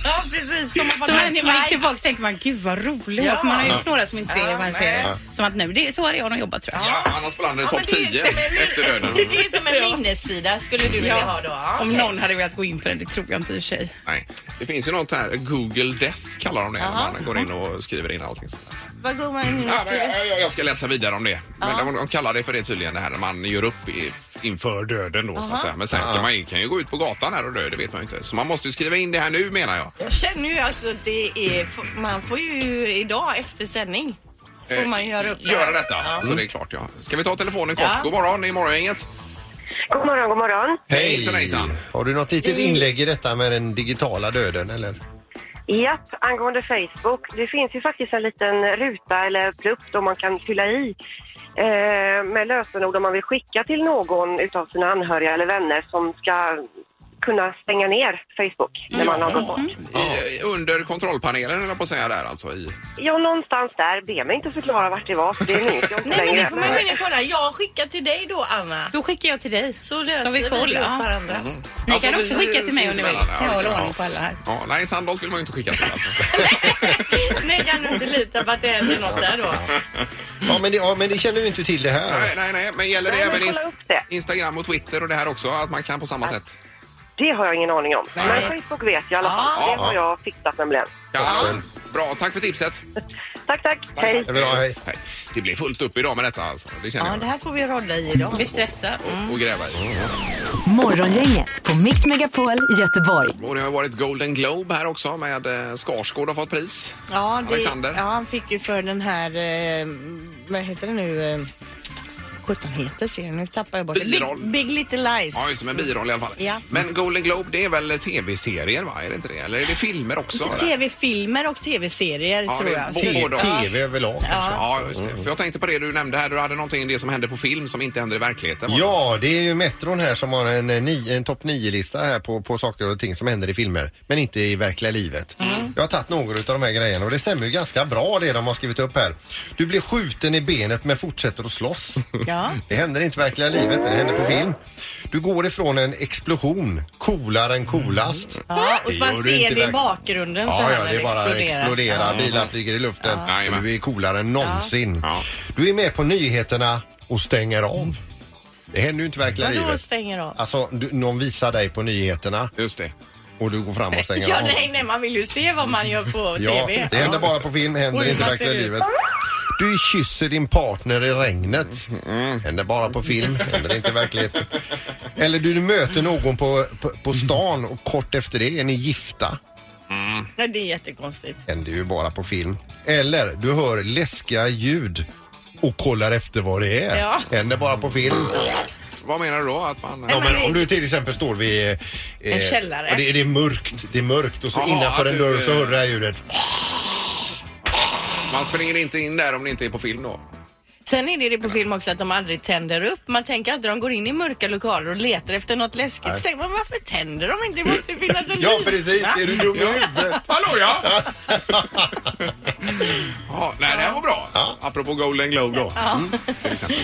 Speaker 3: Ja, precis. Som att
Speaker 5: Så
Speaker 3: man
Speaker 5: man, när man gick tillbaka och tänker man gud vad rolig ja. för man har gjort några som inte är man ser, som att nu, det, så hade jag nog jobbat tror jag.
Speaker 1: Ja, Anna Spolander är
Speaker 7: men
Speaker 1: topp
Speaker 7: det är
Speaker 1: 10
Speaker 7: som en-
Speaker 1: efter döden.
Speaker 7: Det är som en minnessida skulle du vilja ha då? ja.
Speaker 5: Om någon hade velat gå in på den, det tror jag inte i och för sig.
Speaker 1: Nej. Det finns ju något här, Google Death kallar de det, när man går in och skriver in allting. sånt där.
Speaker 3: Vad går man in och
Speaker 1: Ja, men
Speaker 3: skriver?
Speaker 1: jag, jag- jag ska läsa vidare om det. Men de, de kallar det för det tydligen, det här när man gör upp i, inför döden då så att säga. Men sen kan man ju- kan ju gå ut på gatan här och dö, det vet man ju inte. Så man måste ju skriva in det här nu menar jag.
Speaker 3: Jag känner ju alltså att det är, man får ju idag efter sändning får
Speaker 1: Eh,
Speaker 3: man ju göra upp det
Speaker 1: Göra
Speaker 3: här.
Speaker 1: detta, så det är klart ja. Ska vi ta telefonen kort? God morgon, i morgongänget.
Speaker 8: God morgon, god morgon.
Speaker 1: Hej! Hejsan hejsan!
Speaker 2: Har du något litet inlägg i detta med den digitala döden eller?
Speaker 8: Japp, angående Facebook. Det finns ju faktiskt en liten ruta eller plupp då man kan fylla i eh, med lösenord om man vill skicka till någon utav sina anhöriga eller vänner som ska kunna stänga ner Facebook när man har gått bort.
Speaker 1: I, under kontrollpanelen eller på att säga där alltså. I,
Speaker 8: Ja, någonstans där. Be mig inte förklara vart det var, för det minns jag inte
Speaker 7: Nej men
Speaker 8: längre.
Speaker 7: det får man gå in och kolla. Jag skickar till dig då Anna.
Speaker 5: Då skickar jag till dig.
Speaker 7: Så
Speaker 5: Då
Speaker 7: löser
Speaker 5: vi
Speaker 7: vi
Speaker 5: koll,
Speaker 7: det
Speaker 5: ja.
Speaker 7: åt varandra.
Speaker 5: Ni
Speaker 1: Alltså,
Speaker 5: kan
Speaker 1: vi-
Speaker 5: också skicka till mig om ni vill.
Speaker 1: sinsemellan, ja,
Speaker 5: Jag
Speaker 1: det
Speaker 5: håller
Speaker 1: kan
Speaker 5: ordning
Speaker 1: jag.
Speaker 5: på alla här.
Speaker 1: ja, nej, Sandholt vill man ju inte skicka till. Alltså.
Speaker 7: Nej kan du inte lita på att det händer något där då?
Speaker 2: Ja men, det, ja, men det känner vi inte till det
Speaker 1: nej,
Speaker 2: här.
Speaker 1: nej, nej, men gäller det
Speaker 8: Nej, men
Speaker 1: även
Speaker 8: kolla upp det.
Speaker 1: Instagram och Twitter och det här också? Att man kan på samma sätt?
Speaker 8: Det har jag ingen aning om. Men Facebook vet jag i alla fall.
Speaker 1: Ja.
Speaker 8: Det har jag fixat nämligen.
Speaker 1: Ja, bra, tack för tipset.
Speaker 8: Tack, tack. Hej.
Speaker 2: Det är bra, hej.
Speaker 1: Det blir fullt upp idag med detta alltså. Det känner
Speaker 3: Ja,
Speaker 1: jag.
Speaker 3: det här får vi rodda i idag.
Speaker 5: Vi stressar.
Speaker 1: Och, och gräva i.
Speaker 4: Morgongänget på Mix Megapol Göteborg.
Speaker 1: Och det har varit Golden Globe här också med eh, Skarsgård har fått pris.
Speaker 3: Ja, det,
Speaker 1: Alexander.
Speaker 3: ja, han fick ju för den här, eh, vad heter det nu, eh, 17 heter serien? Nu tappar jag bort det.
Speaker 1: Biroll.
Speaker 3: Big, Big Little Lies.
Speaker 1: Ja, just det, men biroll i alla fall.
Speaker 3: Ja.
Speaker 1: Men Golden Globe, det är väl tv-serier, va? Är det inte det? Eller är det filmer också? eller?
Speaker 3: TV-filmer och TV-serier
Speaker 1: Ja,
Speaker 3: tror
Speaker 1: det är
Speaker 3: jag.
Speaker 1: bo-
Speaker 3: Så-
Speaker 1: båda.
Speaker 2: TV överlag kanske.
Speaker 1: Ja, just det. För jag tänkte på det du nämnde här. Du hade någonting i det som hände på film som inte händer i verkligheten. va?
Speaker 2: Ja, det är ju Metron här som har en, eh, ni- en topp 9-lista här på, på saker och ting som händer i filmer, men inte i verkliga livet.
Speaker 7: Mm.
Speaker 2: Jag har tagit några av de här grejerna och det stämmer ju ganska bra det de har skrivit upp här. Du blir skjuten i benet men fortsätter att slåss.
Speaker 3: Ja.
Speaker 2: Det händer inte i verkliga livet, det händer på film. Du går ifrån en explosion, coolare än coolast.
Speaker 7: Ja, och
Speaker 2: Det
Speaker 7: så man
Speaker 2: gör
Speaker 7: ser
Speaker 2: du inte
Speaker 7: det i
Speaker 2: verkligen.
Speaker 7: bakgrunden så
Speaker 2: Ja,
Speaker 7: här
Speaker 2: ja,
Speaker 7: när
Speaker 2: det bara exploderar. Bilar flyger i luften.
Speaker 1: Ja.
Speaker 2: Du är coolare än någonsin.
Speaker 1: Ja.
Speaker 2: Du är med på nyheterna och stänger av. Det händer ju inte i verkliga
Speaker 7: Vadå
Speaker 2: livet.
Speaker 7: stänger av?
Speaker 2: Alltså, du, någon visar dig på nyheterna
Speaker 1: Just det.
Speaker 2: och du går fram och stänger
Speaker 7: Ja,
Speaker 2: av.
Speaker 7: nej, nej, man vill ju se vad man gör på
Speaker 2: Ja,
Speaker 7: TV.
Speaker 2: det händer bara på film, händer
Speaker 7: Oj,
Speaker 2: inte i
Speaker 7: vad
Speaker 2: verkliga
Speaker 7: ser det ut?
Speaker 2: livet. Du kysser din partner i regnet.
Speaker 7: Mm.
Speaker 2: Händer bara på film, händer inte i verkligheten. Eller du möter någon på, på, på stan och kort efter det är ni gifta.
Speaker 7: Nej, det är jättekonstigt.
Speaker 2: händer ju bara på film. Eller du hör läskiga ljud och kollar efter vad det är.
Speaker 7: Ja.
Speaker 2: Händer bara på film.
Speaker 1: Vad menar du då? Att man...
Speaker 2: Ja, men om du till exempel står vid... eh,
Speaker 7: En källare.
Speaker 2: och Det, det är mörkt, det är mörkt och så
Speaker 1: Jaha,
Speaker 2: innanför
Speaker 1: att
Speaker 2: en
Speaker 1: du-
Speaker 2: dörr så hör du det här ljudet.
Speaker 1: Man springer inte in där om det inte är på film då?
Speaker 7: Sen är det det på film också att de aldrig tänder upp. Man tänker alltid de går in i mörka lokaler och letar efter något läskigt. Så tänker man varför tänder de inte? Det måste ju finnas
Speaker 3: alltså,
Speaker 7: en
Speaker 2: Ja,
Speaker 7: lysna.
Speaker 2: precis. Är du dum i huvudet?
Speaker 1: Hallå ja! ja nej, det här var bra. Apropå Golden Globe då. Mm, till exempel.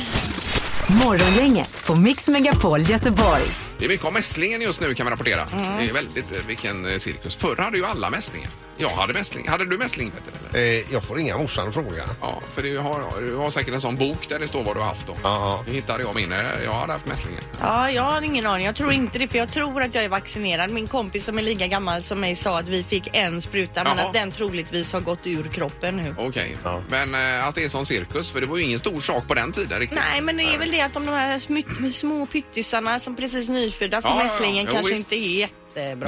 Speaker 4: Morgongänget på Mix Megapol Göteborg.
Speaker 1: Det är mycket om mässlingen just nu kan man rapportera. Det är väldigt, eh, vilken eh, cirkus. Förr hade ju alla mässlingen. Jag hade mässling. Hade du mässling Peter? Eller?
Speaker 2: Eh, Jag får ringa morsan och fråga.
Speaker 1: Ja, för du har, du har säkert en sån bok där det står vad du har haft då.
Speaker 2: Ja.
Speaker 1: Det hittade jag min. eh, Jag hade haft mässlingen.
Speaker 3: Ja, jag har ingen aning. Jag tror inte det för jag tror att jag är vaccinerad. Min kompis som är lika gammal som mig sa att vi fick en spruta men
Speaker 1: Jaha.
Speaker 3: att den troligtvis har gått ur kroppen nu.
Speaker 1: Okej, men eh, att det är sån cirkus, för det var ju ingen stor sak på den tiden riktigt.
Speaker 3: Nej, men det är väl det att de, de här smy- små pyttisarna som precis nyfödda för
Speaker 1: Ja, ja, ja.
Speaker 3: mässlingen
Speaker 1: Jo,
Speaker 3: kanske
Speaker 1: visst.
Speaker 3: inte är jättebra.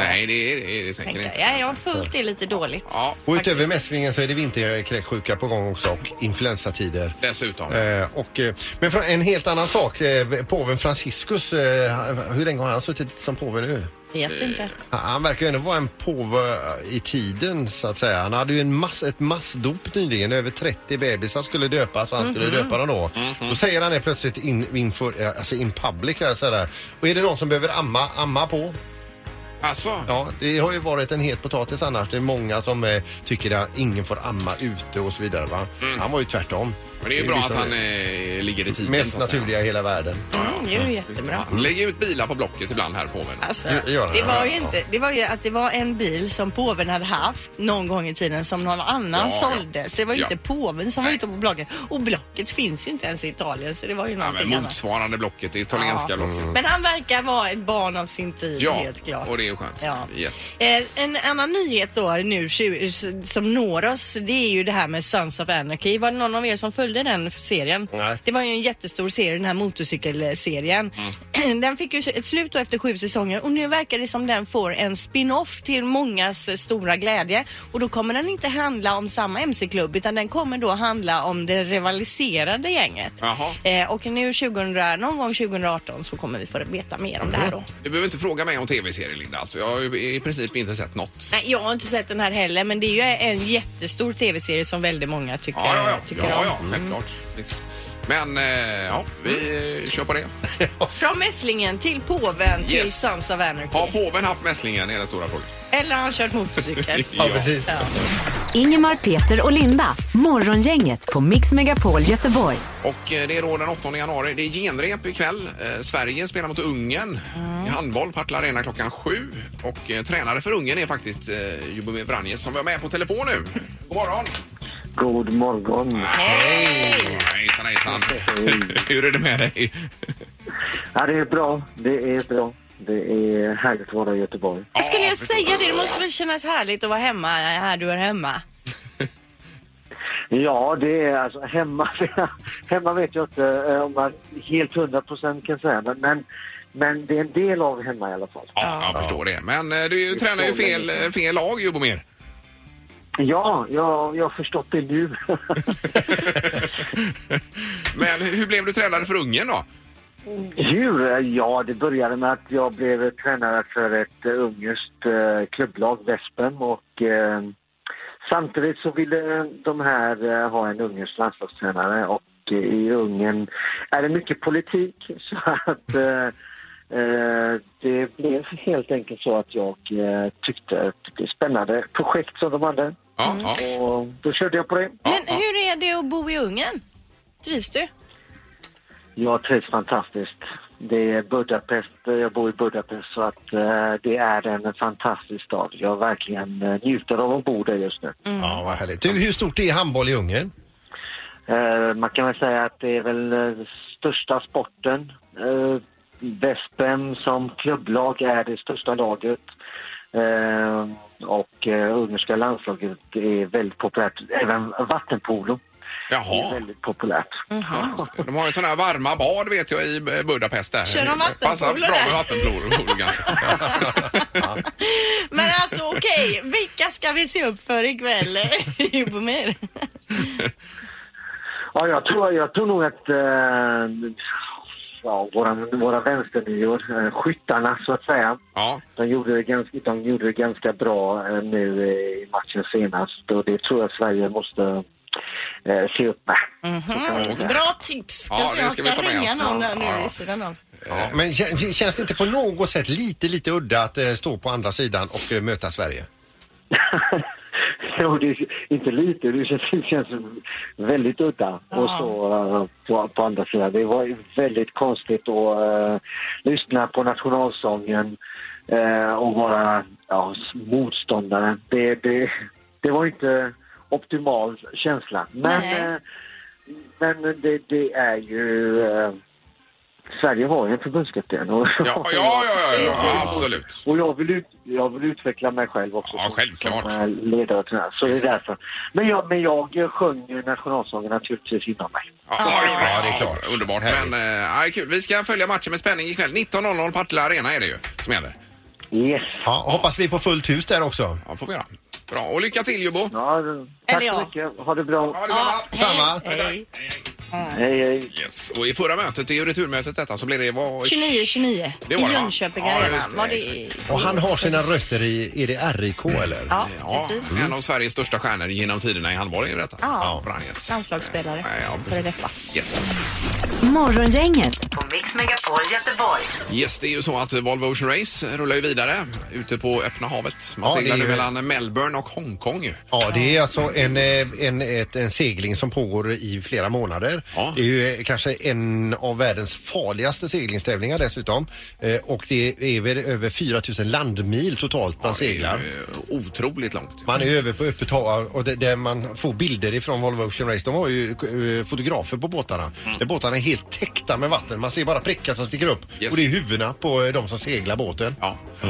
Speaker 1: Nej, det är det, är det säkert
Speaker 7: Tänkte,
Speaker 1: inte.
Speaker 7: jag. ja, jag har fullt det är lite dåligt.
Speaker 1: Ja,
Speaker 2: Och utöver mässlingen så är det vinterkräksjuka på gång också och influensatider.
Speaker 1: dessutom.
Speaker 2: Eh, och, eh, men från en helt annan sak. Eh, påven Franciscus, eh, hur länge har han suttit som påve nu?
Speaker 7: Vet inte.
Speaker 2: Han- Han verkar ju ändå vara en påve i tiden så att säga. Han hade ju en mass, ett massdop nyligen. Över 30 bebisar skulle döpas och han skulle
Speaker 1: Mhm.
Speaker 2: döpa dem då. Då säger han det plötsligt in, inför, eh, alltså in public här så där. Och är det någon som behöver amma, amma på?
Speaker 1: Alltså,
Speaker 2: Ja, det har ju varit en het potatis annars. Det är många som eh, tycker att ingen får amma ute och så vidare va. Han var ju tvärtom.
Speaker 1: Mm. men det är ju bra att han eh, ligger i tiden.
Speaker 2: Mest
Speaker 1: så att säga.
Speaker 2: naturliga i hela världen.
Speaker 7: Mm, det är ju jättebra.
Speaker 1: Han lägger ut bilar på Blocket ibland här på mig.
Speaker 3: Alltså,
Speaker 2: Det gör han,
Speaker 3: det var
Speaker 2: ja,
Speaker 3: ju
Speaker 2: ja.
Speaker 3: inte, det var ju att det var en bil som påven hade haft någon gång i tiden som någon annan
Speaker 1: Ja, ja.
Speaker 3: sålde. Så det var ju
Speaker 1: Ja.
Speaker 3: inte påven som
Speaker 1: Nej.
Speaker 3: var ute på Blocket. Och Blocket finns ju inte ens i Italien så det var ju
Speaker 1: Ja,
Speaker 3: någonting
Speaker 1: men
Speaker 3: annat.
Speaker 1: motsvarande Blocket, det italienska
Speaker 3: Ja.
Speaker 1: Blocket.
Speaker 3: Men han verkar vara ett barn av sin tid
Speaker 1: Ja,
Speaker 3: helt klart.
Speaker 1: och det är ju skönt.
Speaker 3: Ja.
Speaker 1: Yes.
Speaker 3: Eh, en annan nyhet då nu tju- som når oss det är ju det här med Sons of Anarchy. Var det någon av er som följde den serien?
Speaker 2: Nej.
Speaker 3: Det var ju en jättestor serie, den här motorcykelserien.
Speaker 1: Mm.
Speaker 3: Den fick ju ett slut då efter sju säsonger och nu verkar det som den får en spin-off till mångas eh, stora glädje. Och då kommer den inte handla om samma MC-klubb utan den kommer då handla om det rivaliserande gänget.
Speaker 1: Jaha.
Speaker 3: Eh, och nu 2000, någon gång 2018 så kommer vi få veta mer om det här då.
Speaker 1: Du behöver inte fråga mig om tv-serier, Linda. Alltså, jag har ju i princip inte sett något.
Speaker 3: Nej, jag har inte sett den här heller, men det är ju en jättestor tv-serie som väldigt många tycker,
Speaker 1: Ja, ja, ja.
Speaker 3: tycker
Speaker 1: ja,
Speaker 3: om.
Speaker 1: ja självklart. Visst. Men eh, ja, vi
Speaker 3: Mm.
Speaker 1: eh, kör på det.
Speaker 3: Från mässlingen till påven till
Speaker 1: Yes.
Speaker 3: Sons of Anarchy.
Speaker 1: Har påven haft mässlingen? Är den stora frågan.
Speaker 3: Eller har han kört motorcykel?
Speaker 2: Ja, precis.
Speaker 4: Ingemar, Peter och Linda. Morgongänget på Mix Megapol Göteborg.
Speaker 1: Och eh, det är då den 8 januari. Det är genrep ikväll. Eh, Sverige spelar mot Ungern
Speaker 3: Mm.
Speaker 1: i handboll på Partille Arena klockan sju. Och eh, tränare för Ungern är faktiskt eh, Jubomir Vranjes som vi har med på telefon nu. God morgon!
Speaker 9: God morgon.
Speaker 1: Hej! Hejsan hejsan! Hur är det med dig?
Speaker 9: Ja, det är bra. Det är bra. Det är härligt att vara i Göteborg.
Speaker 3: Vad skulle
Speaker 1: Ja,
Speaker 3: jag
Speaker 1: förstås.
Speaker 3: säga det? Det måste väl kännas härligt att vara hemma här du är hemma?
Speaker 9: Ja, det är alltså hemma. hemma vet jag inte eh, om man helt hundra procent kan säga, men, men, men det är en del av hemma i alla fall.
Speaker 1: Ja, jag förstår det. Men eh, du tränar ju fel, eh, fel lag Jubomir.
Speaker 9: Ja, jag, jag har förstått det nu.
Speaker 1: Men hur hur blev du tränare för Ungern då?
Speaker 9: Hur? Ja, det började med att jag blev tränare för ett eh, ungerskt eh, klubblag, Vespen. Och, eh, samtidigt så ville de här eh, ha en ungersk landslagstränare och eh, i Ungern är det mycket politik. Så att eh, eh, det blev helt enkelt så att jag eh, tyckte att det är spännande projekt som de hade.
Speaker 1: Ja,
Speaker 2: Mm.
Speaker 1: ja,
Speaker 9: Och då körde jag på det.
Speaker 1: ja,
Speaker 7: Men hur är det att bo i Ungern? Trivs du?
Speaker 9: Jag trivs fantastiskt. Det är Budapest, jag bor i Budapest så att eh, det är en fantastisk stad. Jag verkligen eh, njuter av att bo där just nu.
Speaker 1: Mm.
Speaker 2: Ja, vad härligt. Du, hur stort är handboll i Ungern?
Speaker 9: Eh, man kan väl säga att det är väl eh, största sporten. Eh, Vespen som klubblag är det största laget. Eh, och eh, ungerska landslaget är väldigt populärt. Även vattenpolo är
Speaker 1: Jaha,
Speaker 9: väldigt populärt.
Speaker 1: de har ju sådana här varma bad vet jag i Budapest där.
Speaker 3: Kör de vattenpolo
Speaker 1: Passar bra med
Speaker 3: där?
Speaker 1: vattenpolo kanske.
Speaker 3: Men alltså okej, vilka ska vi se upp för ikväll?
Speaker 7: Jubomir?
Speaker 9: Ja, jag tror, jag tror nog att eh, ja, våra, våra vänsternior, eh, skyttarna så att säga,
Speaker 1: Ja,
Speaker 9: de gjorde det ganska, de gjorde det ganska bra eh, nu eh, i matchen senast och det tror jag Sverige måste eh, se upp med.
Speaker 3: Mhm, Bra tips!
Speaker 1: Ja,
Speaker 3: Alltså,
Speaker 1: det
Speaker 3: jag
Speaker 1: ska vi
Speaker 3: ska
Speaker 1: ta med
Speaker 3: ringa
Speaker 1: oss.
Speaker 3: någon där
Speaker 1: Ja,
Speaker 3: nu
Speaker 1: ja.
Speaker 3: i sidan av.
Speaker 2: Ja, Eh, men kän- känns det inte på något sätt lite, lite udda att eh, stå på andra sidan och eh, möta Sverige?
Speaker 9: jo, det är inte lite, det känns, det känns väldigt udda. Och så eh, på, på andra sidan. Det var ju väldigt konstigt att eh, lyssna på nationalsången eh, och vara ja, s- motståndare. Det, det, det var inte optimal känsla. Men, eh, men det, det är ju... Eh, Sverige har ju en förbundskapten. Och,
Speaker 1: ja, ja, ja, ja, ja absolut.
Speaker 9: och jag vill, ut, jag vill utveckla mig själv också.
Speaker 1: Ja, självklart.
Speaker 9: Som eh, ledare till det här. Så det är därför. Men jag, men jag sjöng ju nationalsången naturligtvis innan mig.
Speaker 1: Ja, ja,
Speaker 2: Ja, det är klart.
Speaker 1: Underbart.
Speaker 2: Härligt.
Speaker 1: Men, eh, ja, kul. Vi ska följa matchen med spänning ikväll. 19.00 Partille Arena är det ju som gäller.
Speaker 9: Yes.
Speaker 2: Ja, hoppas vi är på fullt hus där också.
Speaker 1: Ja, får vi göra. Bra, och lycka till Jobbo.
Speaker 9: Ja, tack
Speaker 3: Eller
Speaker 9: så
Speaker 3: ja.
Speaker 9: mycket. Ha det bra.
Speaker 1: Ja, detsamma.
Speaker 2: Samma.
Speaker 9: Hej, hej.
Speaker 1: Yes. Och i förra mötet, i returmötet detta, så blev det... Var...
Speaker 3: 29, 29.
Speaker 1: Det
Speaker 3: I
Speaker 1: var det, va?
Speaker 3: Jönköping
Speaker 1: Ja,
Speaker 3: Arena.
Speaker 1: just det,
Speaker 3: Var det...
Speaker 1: exakt.
Speaker 2: Och han har sina rötter i, är det RIK eller?
Speaker 3: Ja,
Speaker 1: Ja,
Speaker 3: precis.
Speaker 1: en av Sveriges största stjärnor genom tiderna i handboll är ju detta.
Speaker 3: Ja.
Speaker 1: Branjes.
Speaker 3: Landslagsspelare.
Speaker 1: Ja, ja,
Speaker 3: Före
Speaker 1: precis.
Speaker 3: detta.
Speaker 1: Yes.
Speaker 4: Morgongänget på Mix Megapol Göteborg.
Speaker 1: yes, det är ju så att Volvo Ocean Race rullar ju vidare ute på öppna havet. Man
Speaker 2: Ja,
Speaker 1: seglar
Speaker 2: det
Speaker 1: nu
Speaker 2: är ju-
Speaker 1: mellan Melbourne och Hongkong ju.
Speaker 2: Ja, det är alltså en, eh, en, ett, en segling som pågår i flera månader.
Speaker 1: Ja.
Speaker 2: Det är ju eh, kanske en av världens farligaste seglingstävlingar dessutom. Eh, Och det är väl över 4000 landmil totalt man
Speaker 1: Det är ju,
Speaker 2: seglar.
Speaker 1: eh, Otroligt långt.
Speaker 2: Man är över på öppet hav och det, där man får bilder ifrån Volvo Ocean Race. De har ju eh, fotografer på båtarna.
Speaker 1: Mm.
Speaker 2: Där båtarna är helt täckta med vatten. Man ser bara prickar som sticker upp.
Speaker 1: Yes.
Speaker 2: Och det är huvudena på eh, de som seglar båten.
Speaker 1: Ja. Eh,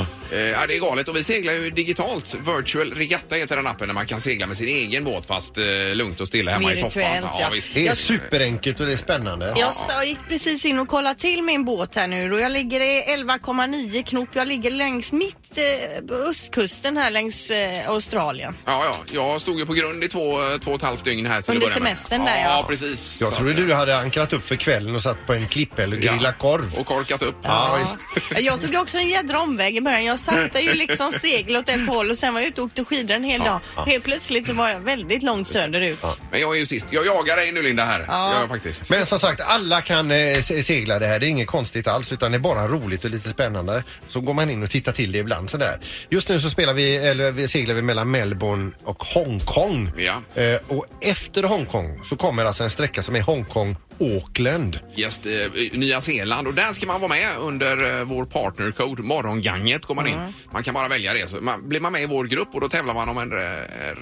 Speaker 1: Ja, det är galet och vi seglar ju digitalt. Virtual Regatta heter den appen där man kan segla med sin egen båt fast eh, lugnt och stilla hemma i soffan.
Speaker 3: Virtuellt, ja.
Speaker 1: visst.
Speaker 2: Det är superenkelt och det är spännande.
Speaker 3: Jag st- gick precis in och kollade till min båt här nu och jag ligger i 11,9 knop. Jag ligger längs mitt eh, på östkusten här längs eh, Australien.
Speaker 1: Ja, ja, jag stod ju på grund i två, två och ett halvt dygn här till
Speaker 3: Under
Speaker 1: att börja med.
Speaker 3: semestern där,
Speaker 1: ja.
Speaker 3: ja.
Speaker 1: precis.
Speaker 2: Jag
Speaker 1: Så
Speaker 2: trodde
Speaker 1: att-
Speaker 2: du hade ankrat upp för kvällen och satt på en klippa eller
Speaker 1: Ja.
Speaker 2: grillat korv.
Speaker 1: Och korkat upp.
Speaker 2: Ja, visst.
Speaker 3: Jag tog också en jädra omväg i början. Jag satte ju liksom segel åt ett håll och sen var jag ute och åkte skidor en hel dag. Helt plötsligt så var jag väldigt långt söderut.
Speaker 1: Men jag är ju sist. Jag jagar dig nu Linda här. Ja. Jag faktiskt.
Speaker 2: Men som sagt, alla kan eh, se- segla det här. Det är inget konstigt alls utan det är bara roligt och lite spännande. Så går man in och tittar till det ibland sådär. Just nu så spelar vi, eller vi seglar vi mellan Melbourne och Hongkong.
Speaker 1: Ja.
Speaker 2: Eh, och efter Hongkong så kommer alltså en sträcka som är Hongkong Auckland.
Speaker 1: Gäst eh, Nya Zeeland och där ska man vara med under eh, vår partnercode Morgonganget går man in. Man kan bara välja det. Så man, blir man med i vår grupp och då tävlar man om en eh,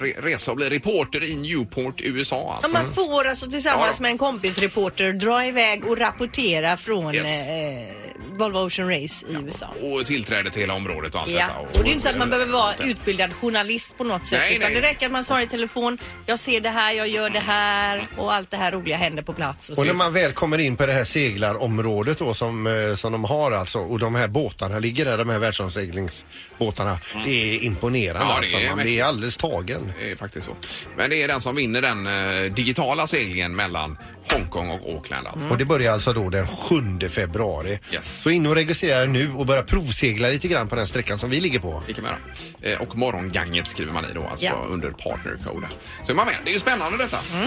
Speaker 1: re, resa och blir reporter i Newport, USA
Speaker 3: Ja,
Speaker 1: alltså.
Speaker 3: man får alltså
Speaker 1: Ja,
Speaker 3: tillsammans
Speaker 1: då.
Speaker 3: med en kompisreporter dra iväg och rapportera från
Speaker 1: Yes.
Speaker 3: eh, Volvo Ocean Race i USA.
Speaker 1: Och tillträde till hela området och allt
Speaker 7: Ja,
Speaker 1: detta.
Speaker 7: och det är ju inte så att man behöver vara utbildad journalist på något sätt.
Speaker 1: Nej,
Speaker 7: utan
Speaker 1: nej.
Speaker 7: det räcker att man sa i telefon, jag ser det här, jag gör det här och allt det här roliga händer på plats. Och så.
Speaker 2: Och när man väl kommer in på det här seglarområdet då som, eh, som de har alltså och de här båtarna ligger där, de här världsomseglingsbåtarna. Det är imponerande
Speaker 1: Mm. Ja, det
Speaker 2: alltså.
Speaker 1: är
Speaker 2: Man
Speaker 1: mäktigt.
Speaker 2: blir alldeles tagen.
Speaker 1: Det är Eh, faktiskt så. Men det är den som vinner den eh, digitala seglingen mellan Hongkong och Auckland. Alltså.
Speaker 2: Och det börjar alltså då den 7 februari.
Speaker 1: Yes.
Speaker 2: Så in och registrera er nu och börja provsegla lite grann på den sträckan som vi ligger på.
Speaker 1: Det kan man göra. Eh, Och morgonganget skriver man i då, alltså
Speaker 3: Ja.
Speaker 1: under partnerkoden. Så är man med. Det är ju spännande detta.
Speaker 2: Mm.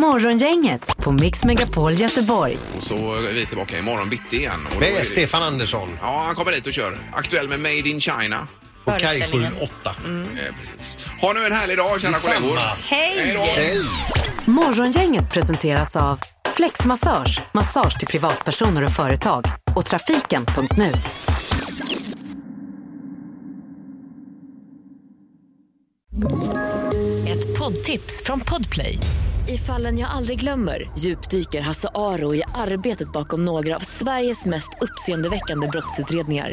Speaker 4: Morgongänget på Mix Megapol Göteborg.
Speaker 1: Och så är vi tillbaka imorgon bitti igen. Och då är det-
Speaker 2: Med Stefan Andersson
Speaker 1: Ja, han kommer dit och kör. Aktuell med Made in China.
Speaker 2: på Kaj
Speaker 3: Föreställningen.
Speaker 2: 78.
Speaker 1: Eh, precis. Ha nu en härlig dag, kära kollegor.
Speaker 3: Hej!
Speaker 1: då!
Speaker 2: Hej!
Speaker 4: Morgongänget presenteras av Flexmassage, massage till privatpersoner och företag och trafiken.nu.
Speaker 10: Ett poddtips från Podplay. I fallen jag aldrig glömmer djupdyker Hasse Aro i arbetet bakom några av Sveriges mest uppseendeväckande brottsutredningar.